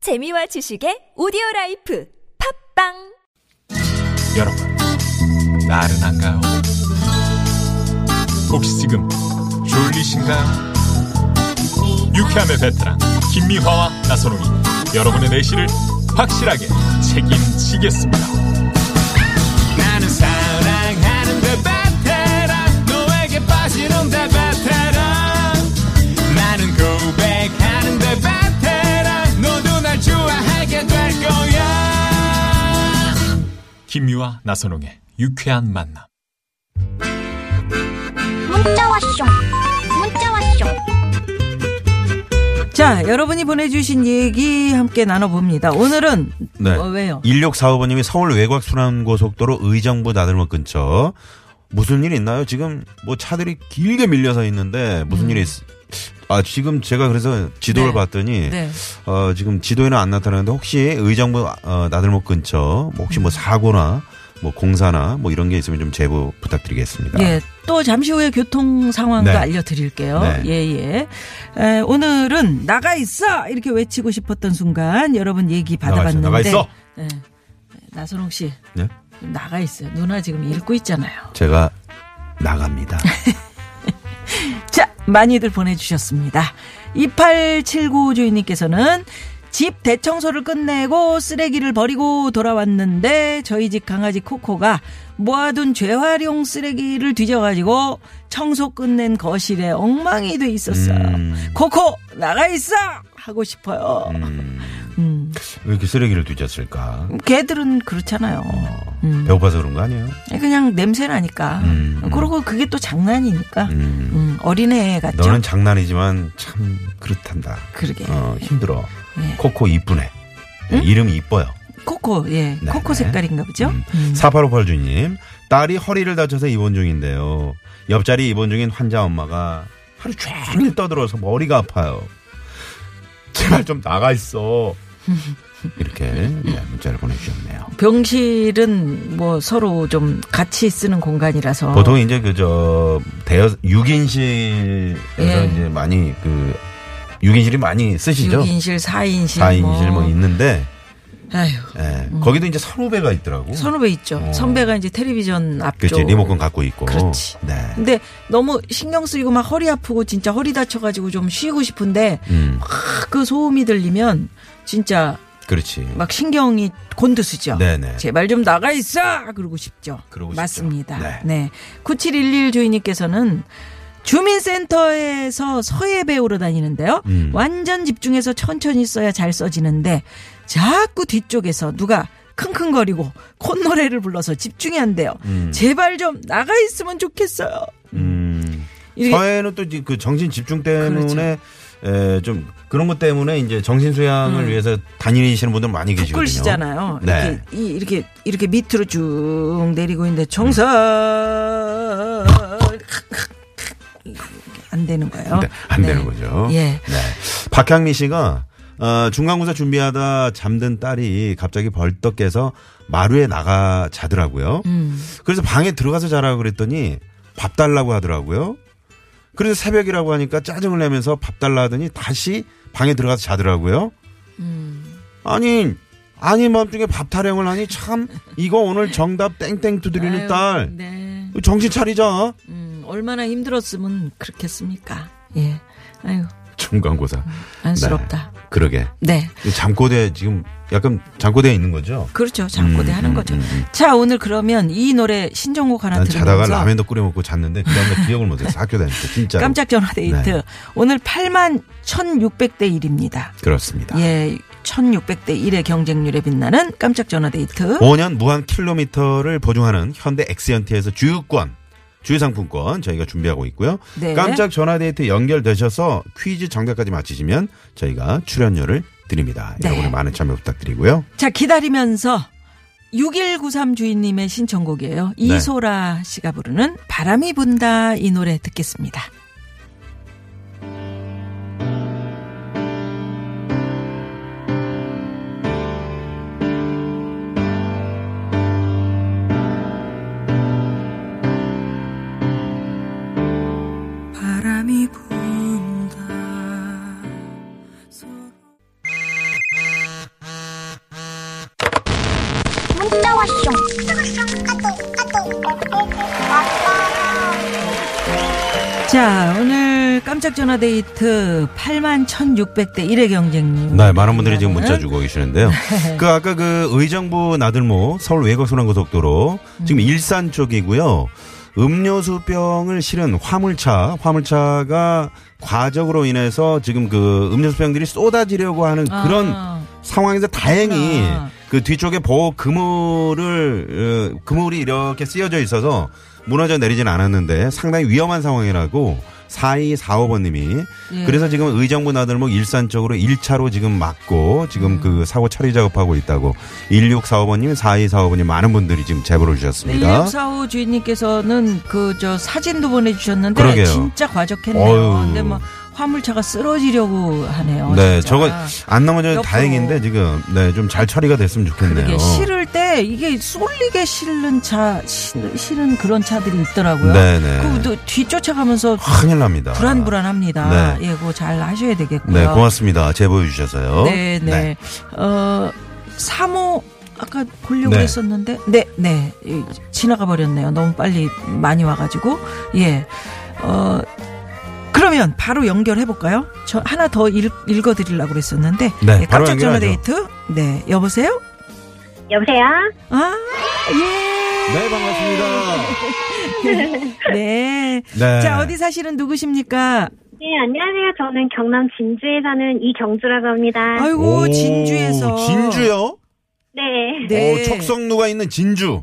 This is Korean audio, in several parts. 재미와 지식의 오디오 라이프 팝빵 여러분, 나른한가요? 혹시 지금 졸리신가요? 유쾌함의 베테랑 김미화와 나선홍이 여러분의 내실을 확실하게 책임지겠습니다. 나는 그 사랑하는데 베테랑 너에게 빠지는데 베테랑 나는 고백하는데 베테랑 너도 날 좋아하게 될 거야 김미화 나선홍의 유쾌한 만남. 문자 왔쇼 문자 왔쇼 자, 여러분이 보내주신 얘기 함께 나눠봅니다. 오늘은 네. 어, 왜요? 1645번님이 서울 외곽 순환고속도로 의정부 나들목 근처 무슨 일 있나요? 지금 뭐 차들이 길게 밀려서 있는데 무슨 일이 있... 아 지금 제가 그래서 음. 지도를 네. 봤더니 네. 어 지금 지도에는 안 나타나는데 혹시 의정부 어, 나들목 근처 음. 뭐 혹시 뭐 사고나 뭐 공사나 뭐 이런 게 있으면 좀 제보 부탁드리겠습니다. 예, 또 잠시 후에 교통 상황도 네. 알려드릴게요. 네. 예, 예. 에, 오늘은 나가 있어! 이렇게 외치고 싶었던 순간 여러분 얘기 나가 있어, 받아봤는데. 나가 있어. 예. 나선홍 씨, 네? 좀 나가 있어요. 누나 지금 읽고 있잖아요. 제가 나갑니다. 자, 많이들 보내주셨습니다. 2879 주인님께서는 집 대청소를 끝내고 쓰레기를 버리고 돌아왔는데 저희 집 강아지 코코가 모아둔 재활용 쓰레기를 뒤져가지고 청소 끝낸 거실에 엉망이 돼 있었어요. 음. 코코 나가 있어 하고 싶어요. 음. 왜 이렇게 쓰레기를 뒤졌을까? 어, 개들은 그렇잖아요. 음. 배고파서 그런 거 아니에요? 그냥 냄새 나니까. 음, 음. 그러고 그게 또 장난이니까. 음. 음, 어린애 같죠. 너는 장난이지만 참 그렇단다. 그러게. 어, 힘들어. 네. 코코 이쁘네. 이름이 이뻐요. 코코, 예. 네, 코코 네. 색깔인가 보죠? 음. 음. 4858 주님, 딸이 허리를 다쳐서 입원 중인데요. 옆자리 입원 중인 환자 엄마가 하루 종일 떠들어서 머리가 아파요. 제발 좀 나가 있어. 이렇게 네, 문자를 보내주셨네요. 병실은 뭐 서로 좀 같이 쓰는 공간이라서. 보통 이제 그저 대여 6인실에서 예. 이제 많이 그 6인실이 많이 쓰시죠? 6인실, 4인실. 4인실 뭐 있는데 아휴. 예, 거기도 이제 선후배가 있더라고. 음. 선후배 있죠. 어. 선배가 이제 텔레비전 앞쪽. 그렇지 리모컨 갖고 있고. 그렇지. 네. 근데 너무 신경 쓰이고 막 허리 아프고 진짜 허리 다쳐가지고 좀 쉬고 싶은데 음, 막 그 소음이 들리면 진짜 그렇지. 막 신경이 곤두서죠. 네네. 제발 좀 나가 있어! 그러고 싶죠. 그러고 싶죠. 맞습니다. 네. 9711 주인님께서는 주민센터에서 서예 배우러 다니는데요. 음. 완전 집중해서 천천히 써야 잘 써지는데 자꾸 뒤쪽에서 누가 킁킁거리고 콧노래를 불러서 집중이 안 돼요. 제발 좀 나가 있으면 좋겠어요. 음. 이게- 서해는 또 그 정신 집중 때문에 그렇죠. 에, 좀 그런 것 때문에 이제 정신 수양을 위해서 다니시는 분들 많이 계시거든요. 음. 꿀시잖아요. 네. 이렇게, 이, 이렇게, 이렇게 밑으로 쭉 내리고 있는데, 정선! 안 되는 거예요. 네, 안 네. 되는 거죠. 예. 네. 박향미 씨가 어, 중간고사 준비하다 잠든 딸이 갑자기 벌떡 깨서 마루에 나가 자더라고요. 음. 그래서 방에 들어가서 자라고 그랬더니 밥 달라고 하더라고요. 그래서 새벽이라고 하니까 짜증을 내면서 밥 달라 하더니 다시 방에 들어가서 자더라고요. 음. 아니 아니 밤중에 밥 타령을 하니 참 이거 오늘 정답 땡땡 두드리는 아유, 딸 네. 정신 차리자. 음, 얼마나 힘들었으면 그렇겠습니까? 예. 아유, 중간고사 음. 안쓰럽다. 네, 그러게 네. 이 잠꼬대 지금 약간 잠꼬대에 있는 거죠? 그렇죠. 잠꼬대 음, 하는 음, 거죠. 음, 음. 자, 오늘 그러면 이 노래 신청곡 하나 난 자다가 들으면서 라면도 끓여 먹고 잤는데 그 다음날 기억을 못했어 학교 다닐 때 진짜 깜짝 전화 데이트. 네. 오늘 8만 1,600대 1입니다. 그렇습니다. 예, 1600대 1의 경쟁률에 빛나는 깜짝 전화 데이트. 5년 무한 킬로미터를 보증하는 현대 엑시언트에서 주유권, 주유상품권 저희가 준비하고 있고요. 네. 깜짝 전화데이트 연결되셔서 퀴즈 정답까지 맞히시면 저희가 출연료를 드립니다. 네. 여러분의 많은 참여 부탁드리고요. 자, 기다리면서 6193 주인님의 신청곡이에요. 이소라 씨가 부르는 바람이 분다 이 노래 듣겠습니다. 바람이 분다 문자왔쇼. 자, 오늘 깜짝 전화 데이트 8만 1,600대 1의 경쟁률. 네, 많은 분들이 지금 문자 주고 계시는데요. 그 아까 그 의정부 나들모 서울 외곽순환고속도로 지금 일산 쪽이고요. 음료수 병을 실은 화물차, 화물차가 과적으로 인해서 지금 그 음료수 병들이 쏟아지려고 하는 그런 아. 상황에서 다행히 그렇구나. 그 뒤쪽에 보호 그물을 어, 그물이 이렇게 쓰여져 있어서 무너져 내리진 않았는데 상당히 위험한 상황이라고 4245번님이 예. 그래서 지금 의정부 나들목 일산 쪽으로 1차로 지금 막고 음. 지금 그 사고 처리 작업하고 있다고 1645번님 4245번님 많은 분들이 지금 제보를 네, 주셨습니다. 1645 주인님께서는 그 저 사진도 보내주셨는데 그러게요. 진짜 과적했네요. 어휴. 근데 뭐 화물차가 쓰러지려고 하네요. 네, 진짜. 저거 안 넘어져서 옆으로. 다행인데 지금 네 좀 잘 처리가 됐으면 좋겠네요. 이게 실을 때 이게 쏠리게 실는 차 실, 실은 그런 차들이 있더라고요. 네네. 그또 뒤쫓아가면서 큰일 납니다. 불안불안합니다. 네. 예, 그거 잘 하셔야 되겠고요. 네, 고맙습니다. 제보해 주셔서요. 네, 네. 어, 3호 아까 보려고 네. 했었는데 네, 네. 이, 지나가 버렸네요. 너무 빨리 많이 와 가지고. 예. 어 그러면 바로 연결해 볼까요? 저 하나 더 읽, 읽어 드리려고 그랬었는데. 네, 예, 바로 깜짝 전화 연결하죠. 데이트. 네, 여보세요? 여보세요? 아, 예. 네, 반갑습니다. 네. 네. 자, 어디 사실은 누구십니까? 네, 안녕하세요. 저는 경남 진주에 사는 이경주라고 합니다. 아이고, 오, 진주에서. 진주요? 네. 네. 오, 척성루가 있는 진주.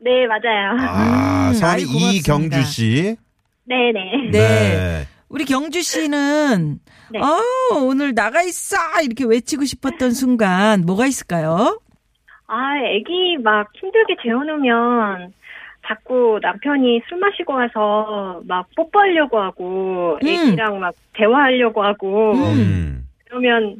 네, 맞아요. 아, 음, 성함이 아이, 고맙습니다. 이경주 씨. 네네. 네. 우리 경주 씨는 네. 어 오늘 나가 있어 이렇게 외치고 싶었던 순간 뭐가 있을까요? 아, 애기 막 힘들게 재워놓으면 자꾸 남편이 술 마시고 와서 막 뽀뽀하려고 하고 음. 애기랑 막 대화하려고 하고 음. 음. 그러면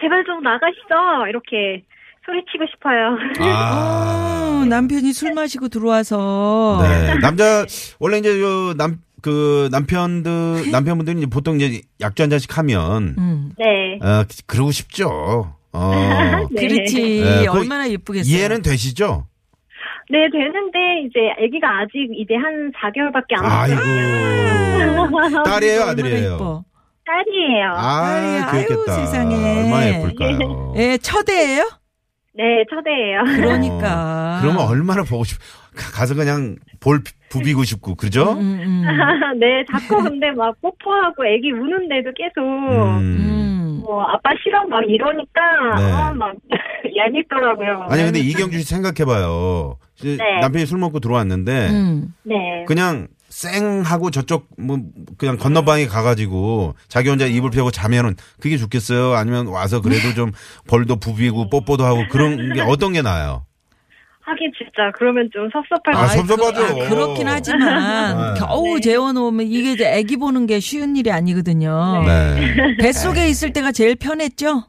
제발 좀 나가시죠. 이렇게 소리치고 싶어요. 아. 어, 남편이 술 마시고 들어와서 네. 남자 원래 이제 남 그 남편들 남편분들이 이제 보통 이제 약주 한 잔씩 하면 음. 네. 어 그러고 싶죠. 어. 네. 그렇지 네, 거의 얼마나 예쁘겠어요. 이해는 되시죠? 네, 되는데 이제 애기가 아직 이제 한 4개월밖에 안 아이고. 딸이에요, 얼마나 아들이에요? 예뻐. 딸이에요. 아, 딸이야. 아유, 귀엽겠다. 세상에. 얼마나 예쁠까요? 예, 첫애예요? 네, 초대예요. 그러니까. 어, 그러면 얼마나 보고 싶 가- 가서 그냥 볼 부비고 싶고 그죠? 음, 음, 네, 자꾸 근데 막 뽀뽀하고 애기 우는데도 계속 음. 음. 뭐 아빠 싫어 막 이러니까 네. 아, 막 얄밉더라고요. 아니 근데 이경주 씨 생각해봐요. 이제 네. 남편이 술 먹고 들어왔는데 음. 네. 그냥 쌩 하고 저쪽 뭐 그냥 건너방에 가가지고 자기 혼자 이불 펴고 자면은 그게 좋겠어요. 아니면 와서 네. 그래도 좀 벌도 부비고 뽀뽀도 하고 그런 게 어떤 게 나아요? 하긴 진짜 그러면 좀 섭섭할 아, 것 같아요. 섭섭하죠. 아, 그렇긴 하지만 네. 겨우 재워놓으면 이게 이제 애기 보는 게 쉬운 일이 아니거든요. 네. 뱃속에 있을 때가 제일 편했죠?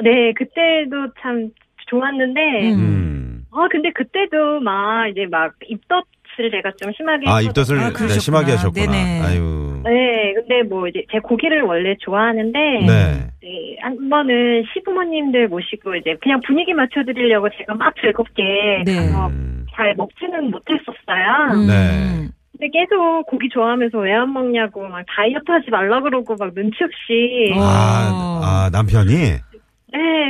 네, 그때도 참 좋았는데 음. 음. 아 근데 그때도 막 이제 막 입덧을 제가 좀 심하게 아 했거든요. 입덧을 아, 네, 그러셨구나. 심하게 하셨구나. 네네. 아유. 네, 근데 뭐 이제 제 고기를 원래 좋아하는데 네. 네, 한 번은 시부모님들 모시고 이제 그냥 분위기 맞춰드리려고 제가 막 즐겁게 어, 네. 가서 음. 잘 먹지는 못했었어요. 음. 네. 근데 계속 고기 좋아하면서 왜 안 먹냐고 막 다이어트 하지 말라 그러고 막 눈치 없이. 어. 아, 아 남편이 네,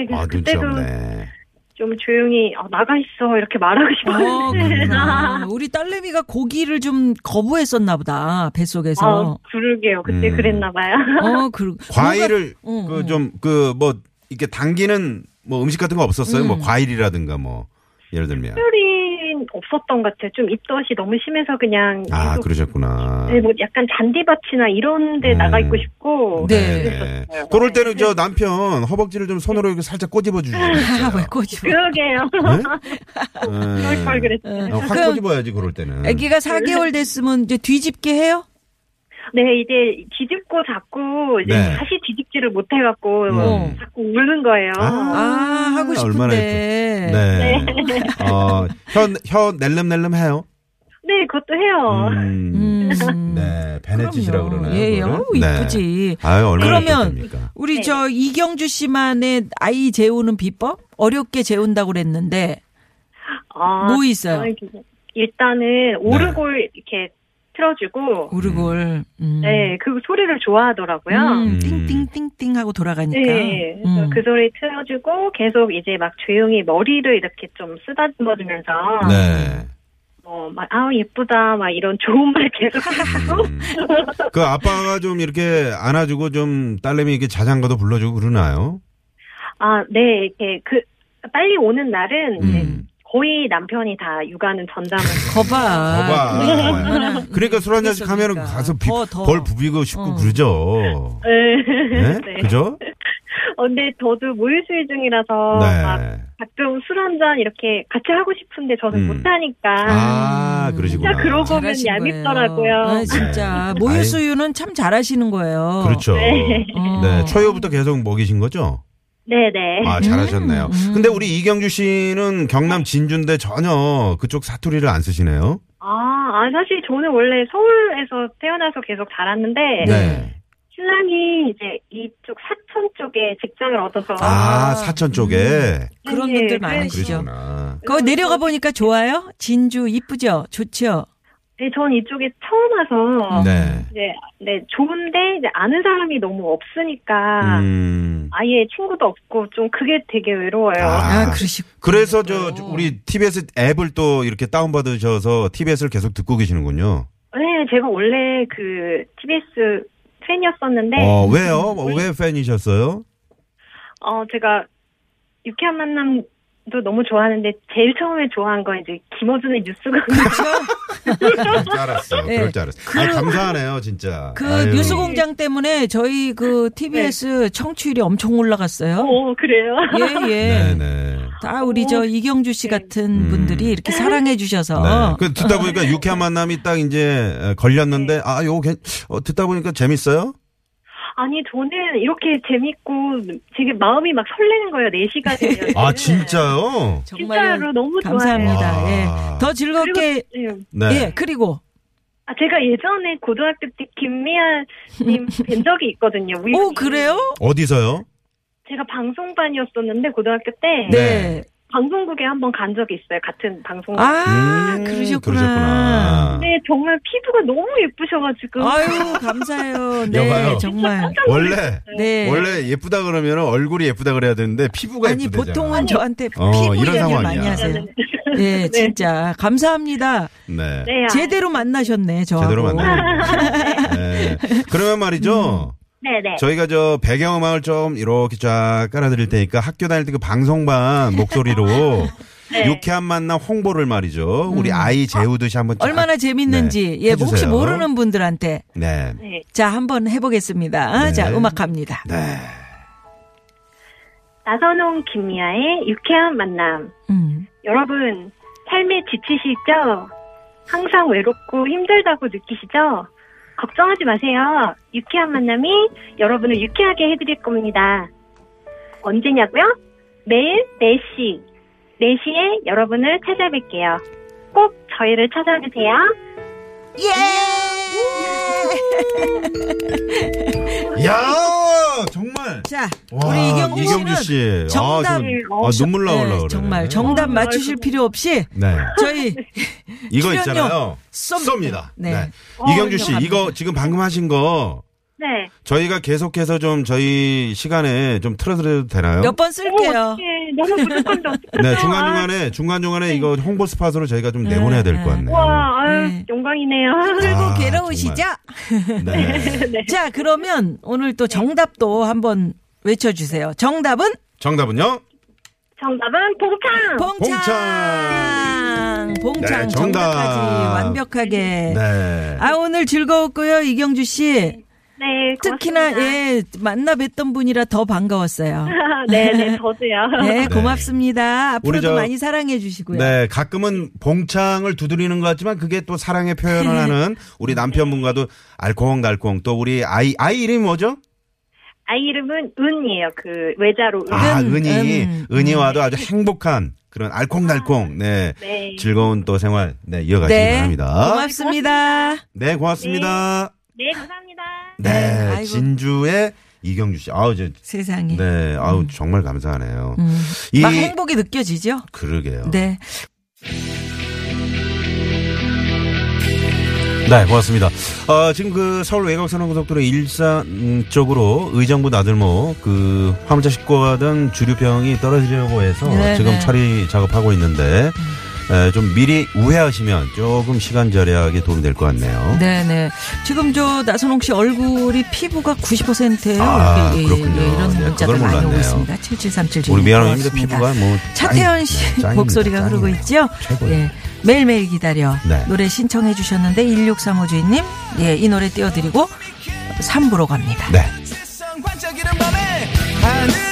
그래서 아 눈치 그때도 없네. 좀 조용히 어, 나가 있어 이렇게 말하고 어, 싶었는데. 아, 그렇구나. 우리 딸내미가 고기를 좀 거부했었나 보다. 아, 뱃속에서. 그러게요. 그때 음. 그랬나 봐요. 어, 그리고 과일을 뭔가- 응, 응. 그 좀 그 뭐 이렇게 당기는 뭐 음식 같은 거 없었어요? 뭐 과일이라든가 뭐 예를 들면 특별히 없었던 것 같아요. 좀 입덧이 너무 심해서 그냥 아 계속 그러셨구나. 네, 뭐 약간 잔디밭이나 이런 데 음. 나가 있고 싶고 네. 네. 그럴 때는 저 남편 허벅지를 좀 손으로 이렇게 살짝 꼬집어 주시죠. 아, 왜 음. 꼬집어? 그러게요. 네. 네. 그럴 걸 그랬어요. 어, 확 그럼 네. 꼬집어야지 그럴 때는. 아기가 4개월 됐으면 이제 뒤집게 해요? 네, 이제 뒤집고 자꾸 이제 네. 다시 뒤집지를 못 해갖고 음. 자꾸 우는 거예요. 아, 하고 얼마나 싶은데. 네. 어, 혀, 혀 낼름낼름 해요. 네, 그것도 해요. 음. 음. 네. 베네치시라고 그럼요. 그러나요? 예, 예. 그거를? 어우, 네. 이쁘지. 아유, 얼마나 그러면- 예쁩니까? 우리 네. 저 이경주 씨만의 아이 재우는 비법? 어렵게 재운다고 그랬는데. 아, 뭐 있어요? 저는 네. 기본- 일단은 오르골 이렇게 음. 틀어주고 오르골. 음. 네, 그 소리를 좋아하더라고요. 음, 음. 띵띵띵띵 하고 돌아가니까. 네, 그래서 음. 그 소리 틀어주고 계속 이제 막 조용히 머리를 이렇게 좀 쓰다듬어주면서 아. 네. 뭐막 아우 예쁘다 막 이런 좋은 말 계속 해주고 음. 그 아빠가 좀 이렇게 안아주고 좀 딸내미 이렇게 자장가도 불러주고 그러나요? 아네 이렇게 그 빨리 오는 날은 이제 음. 거의 남편이 다 육아는 전담을 거봐. 거봐. 그게 얼마나 그러니까 술 한잔씩 하면 그러니까. 가서 비, 더, 더. 벌 부비고 싶고 어. 그러죠. 네? 네. 네. 그죠? 어, 근데 저도 무일수일 중이라서 막 네. 가끔 술 한 잔 이렇게 같이 하고 싶은데 저는 음. 못하니까 아, 그러시구나. 진짜 그러고 보면 잘하신 거예요. 얄밉더라고요. 아, 진짜 네. 모유 아이. 수유는 참 잘하시는 거예요. 그렇죠. 네. 어. 네. 초요부터 계속 먹이신 거죠? 네네. 아, 잘하셨네요. 음. 근데 우리 이경주 씨는 경남 진주인데 전혀 그쪽 사투리를 안 쓰시네요. 아, 아, 사실 저는 원래 서울에서 태어나서 계속 자랐는데 네. 신랑이 이제 이쪽 사천 쪽에 직장을 얻어서 아, 사천 쪽에. 그런 네, 분들 그래서- 많으시죠. 그러시구나. 거기 내려가 보니까 좋아요? 진주 이쁘죠? 좋죠? 네, 전 이쪽에 처음 와서 네. 이제 네 좋은데 이제 아는 사람이 너무 없으니까 음. 아예 친구도 없고 좀 그게 되게 외로워요. 아, 아, 그러시 그래서 저, 저 우리 TBS 앱을 또 이렇게 다운받으셔서 TBS를 계속 듣고 계시는군요. 네, 제가 원래 그 TBS 팬이었었는데, 어, 어, 왜요? 뭐, 왜 팬이셨어요? 어, 제가 유쾌한 만남도 너무 좋아하는데, 제일 처음에 좋아한 건 이제 김어준의 뉴스가. 그럴 줄 알았어. 네. 그럴 줄 알았어. 아, 감사하네요, 진짜. 그 아유. 뉴스 공장 때문에 저희 그 TBS 네. 청취율이 엄청 올라갔어요. 어, 그래요? 예, 예. 네네. 네. 다 우리 저 이경주 씨 네. 같은 음. 분들이 이렇게 사랑해 주셔서 어, 그 듣다 보니까 유쾌한 만남이 딱 이제 걸렸는데, 아, 요거 괜, 어, 듣다 보니까 재밌어요? 아니, 저는 이렇게 재밌고, 되게 마음이 막 설레는 거예요, 4시간이면. 아, 진짜요? 진짜로 너무 네. 감사합니다. 와. 예. 더 즐겁게 좋아해요. 네. 네. 예, 그리고 아, 제가 예전에 고등학교 때 김미아님 뵌 적이 있거든요. 우연히. 오 그래요? 어디서요? 제가 방송반이었었는데, 고등학교 때. 음. 네. 방송국에 한 번 간 적이 있어요. 같은 방송국. 아, 음, 그러셨구나. 그러셨구나. 네, 정말 피부가 너무 예쁘셔가지고. 아유, 감사해요. 네, 여봐요. 정말. 원래, 네. 원래 예쁘다 그러면 얼굴이 예쁘다 그래야 되는데 피부가 아니, 예쁘대잖아. 보통은 저한테 어, 피부 이런 얘기를 상황이야. 많이 하세요. 예, 네. 진짜. 감사합니다. 네. 네, 아, 제대로 만나셨네, 저하고. 제대로 만나요. 네. 그러면 말이죠. 음. 네, 네. 저희가 저 배경음악을 좀 이렇게 쫙 깔아드릴 테니까 학교 다닐 때 그 방송반 목소리로 네. 유쾌한 만남 홍보를 말이죠. 우리 아이 재우듯이 한번 쫙. 음. 얼마나 재밌는지, 네, 예, 뭐 혹시 해주세요. 모르는 분들한테. 네. 네. 자, 한번 해보겠습니다. 아, 네. 자, 음악 갑니다. 나선홍 김미아의 유쾌한 만남. 음. 여러분, 삶에 지치시죠? 항상 외롭고 힘들다고 느끼시죠? 걱정하지 마세요. 유쾌한 만남이 여러분을 유쾌하게 해드릴 겁니다. 언제냐고요? 매일 4시. 4시에 여러분을 찾아뵐게요. 꼭 저희를 찾아주세요. 예! 야 정말. 자, 와, 우리 이경주 씨는 이경주 씨. 정답. 아, 어, 저- 아, 눈물 네, 나올라 그래. 정말 정답 맞추실 필요 없이 네. 저희 이거 출연료 있잖아요. 쏩- 쏩니다. 네. 네. 어, 이경주 씨, 이거 지금 방금 하신 거 네. 저희가 계속해서 좀 저희 시간에 좀 틀어드려도 되나요? 몇 번 쓸게요. 어떡해. 예, 너무 부족한데 어떡해. 네, 중간중간에, 중간중간에 이거 홍보 스팟으로 저희가 좀 내보내야 될 것 같네요. 와, 아유, 네. 영광이네요. 그리고 아, 괴로우시죠? 네. 자, 그러면 오늘 네. 또 정답도 한번 외쳐주세요. 정답은 정답은요? 정답은 봉창! 봉창. 봉창 네, 정답. 정답까지 완벽하게. 네. 아 오늘 즐거웠고요 이경주 씨 네, 특히나 고맙습니다. 예 만나 뵀던 분이라 더 반가웠어요. 네, 네, 저도요. 네 고맙습니다. 앞으로도 우리 저- 많이 사랑해 주시고요. 네, 가끔은 봉창을 두드리는 것 같지만 그게 또 사랑의 표현을 하는 우리 남편분과도 알콩달콩 또 우리 아이, 아이 이름이 뭐죠? 아이 이름은 은이에요. 그 외자로 은. 아, 은, 은이. 은. 은이와도 아주 행복한 그런 알콩달콩, 네. 네. 즐거운 또 생활, 네, 이어가시기 아, 네, 바랍니다. 고맙습니다. 네, 고맙습니다. 네, 감사합니다. 네, 네, 아이고. 진주의 이경주 씨. 아우, 저, 세상에 음. 네, 아우, 정말 감사하네요. 이, 막 행복이 느껴지죠. 그러게요. 네. 네, 고맙습니다. 어, 지금 그 서울 외곽순환고속도로 일산 음, 쪽으로 의정부 나들목 그 화물차 식구화당 주류병이 떨어지려고 해서 네, 지금 네. 처리 작업하고 있는데 에, 좀 미리 우회하시면 조금 시간 절약에 도움이 될 것 같네요. 네네. 지금 저 나선홍 씨 얼굴이 피부가 90%예요. 아, 그렇군요. 이런 네, 문자들 그걸 많이 오고 몰랐네요. 있습니다. 7737. 우리 미아노입니다. 피부가 뭐 차태현 짱이- 씨 네, 짱입니다. 목소리가 흐르고 짱이네요. 있죠. 최고예요. 예. 매일매일 기다려. 네. 노래 신청해 주셨는데 1635 주인님. 예, 이 노래 띄워 드리고 3부로 갑니다. 네. 세상 반짝이는 밤에 하늘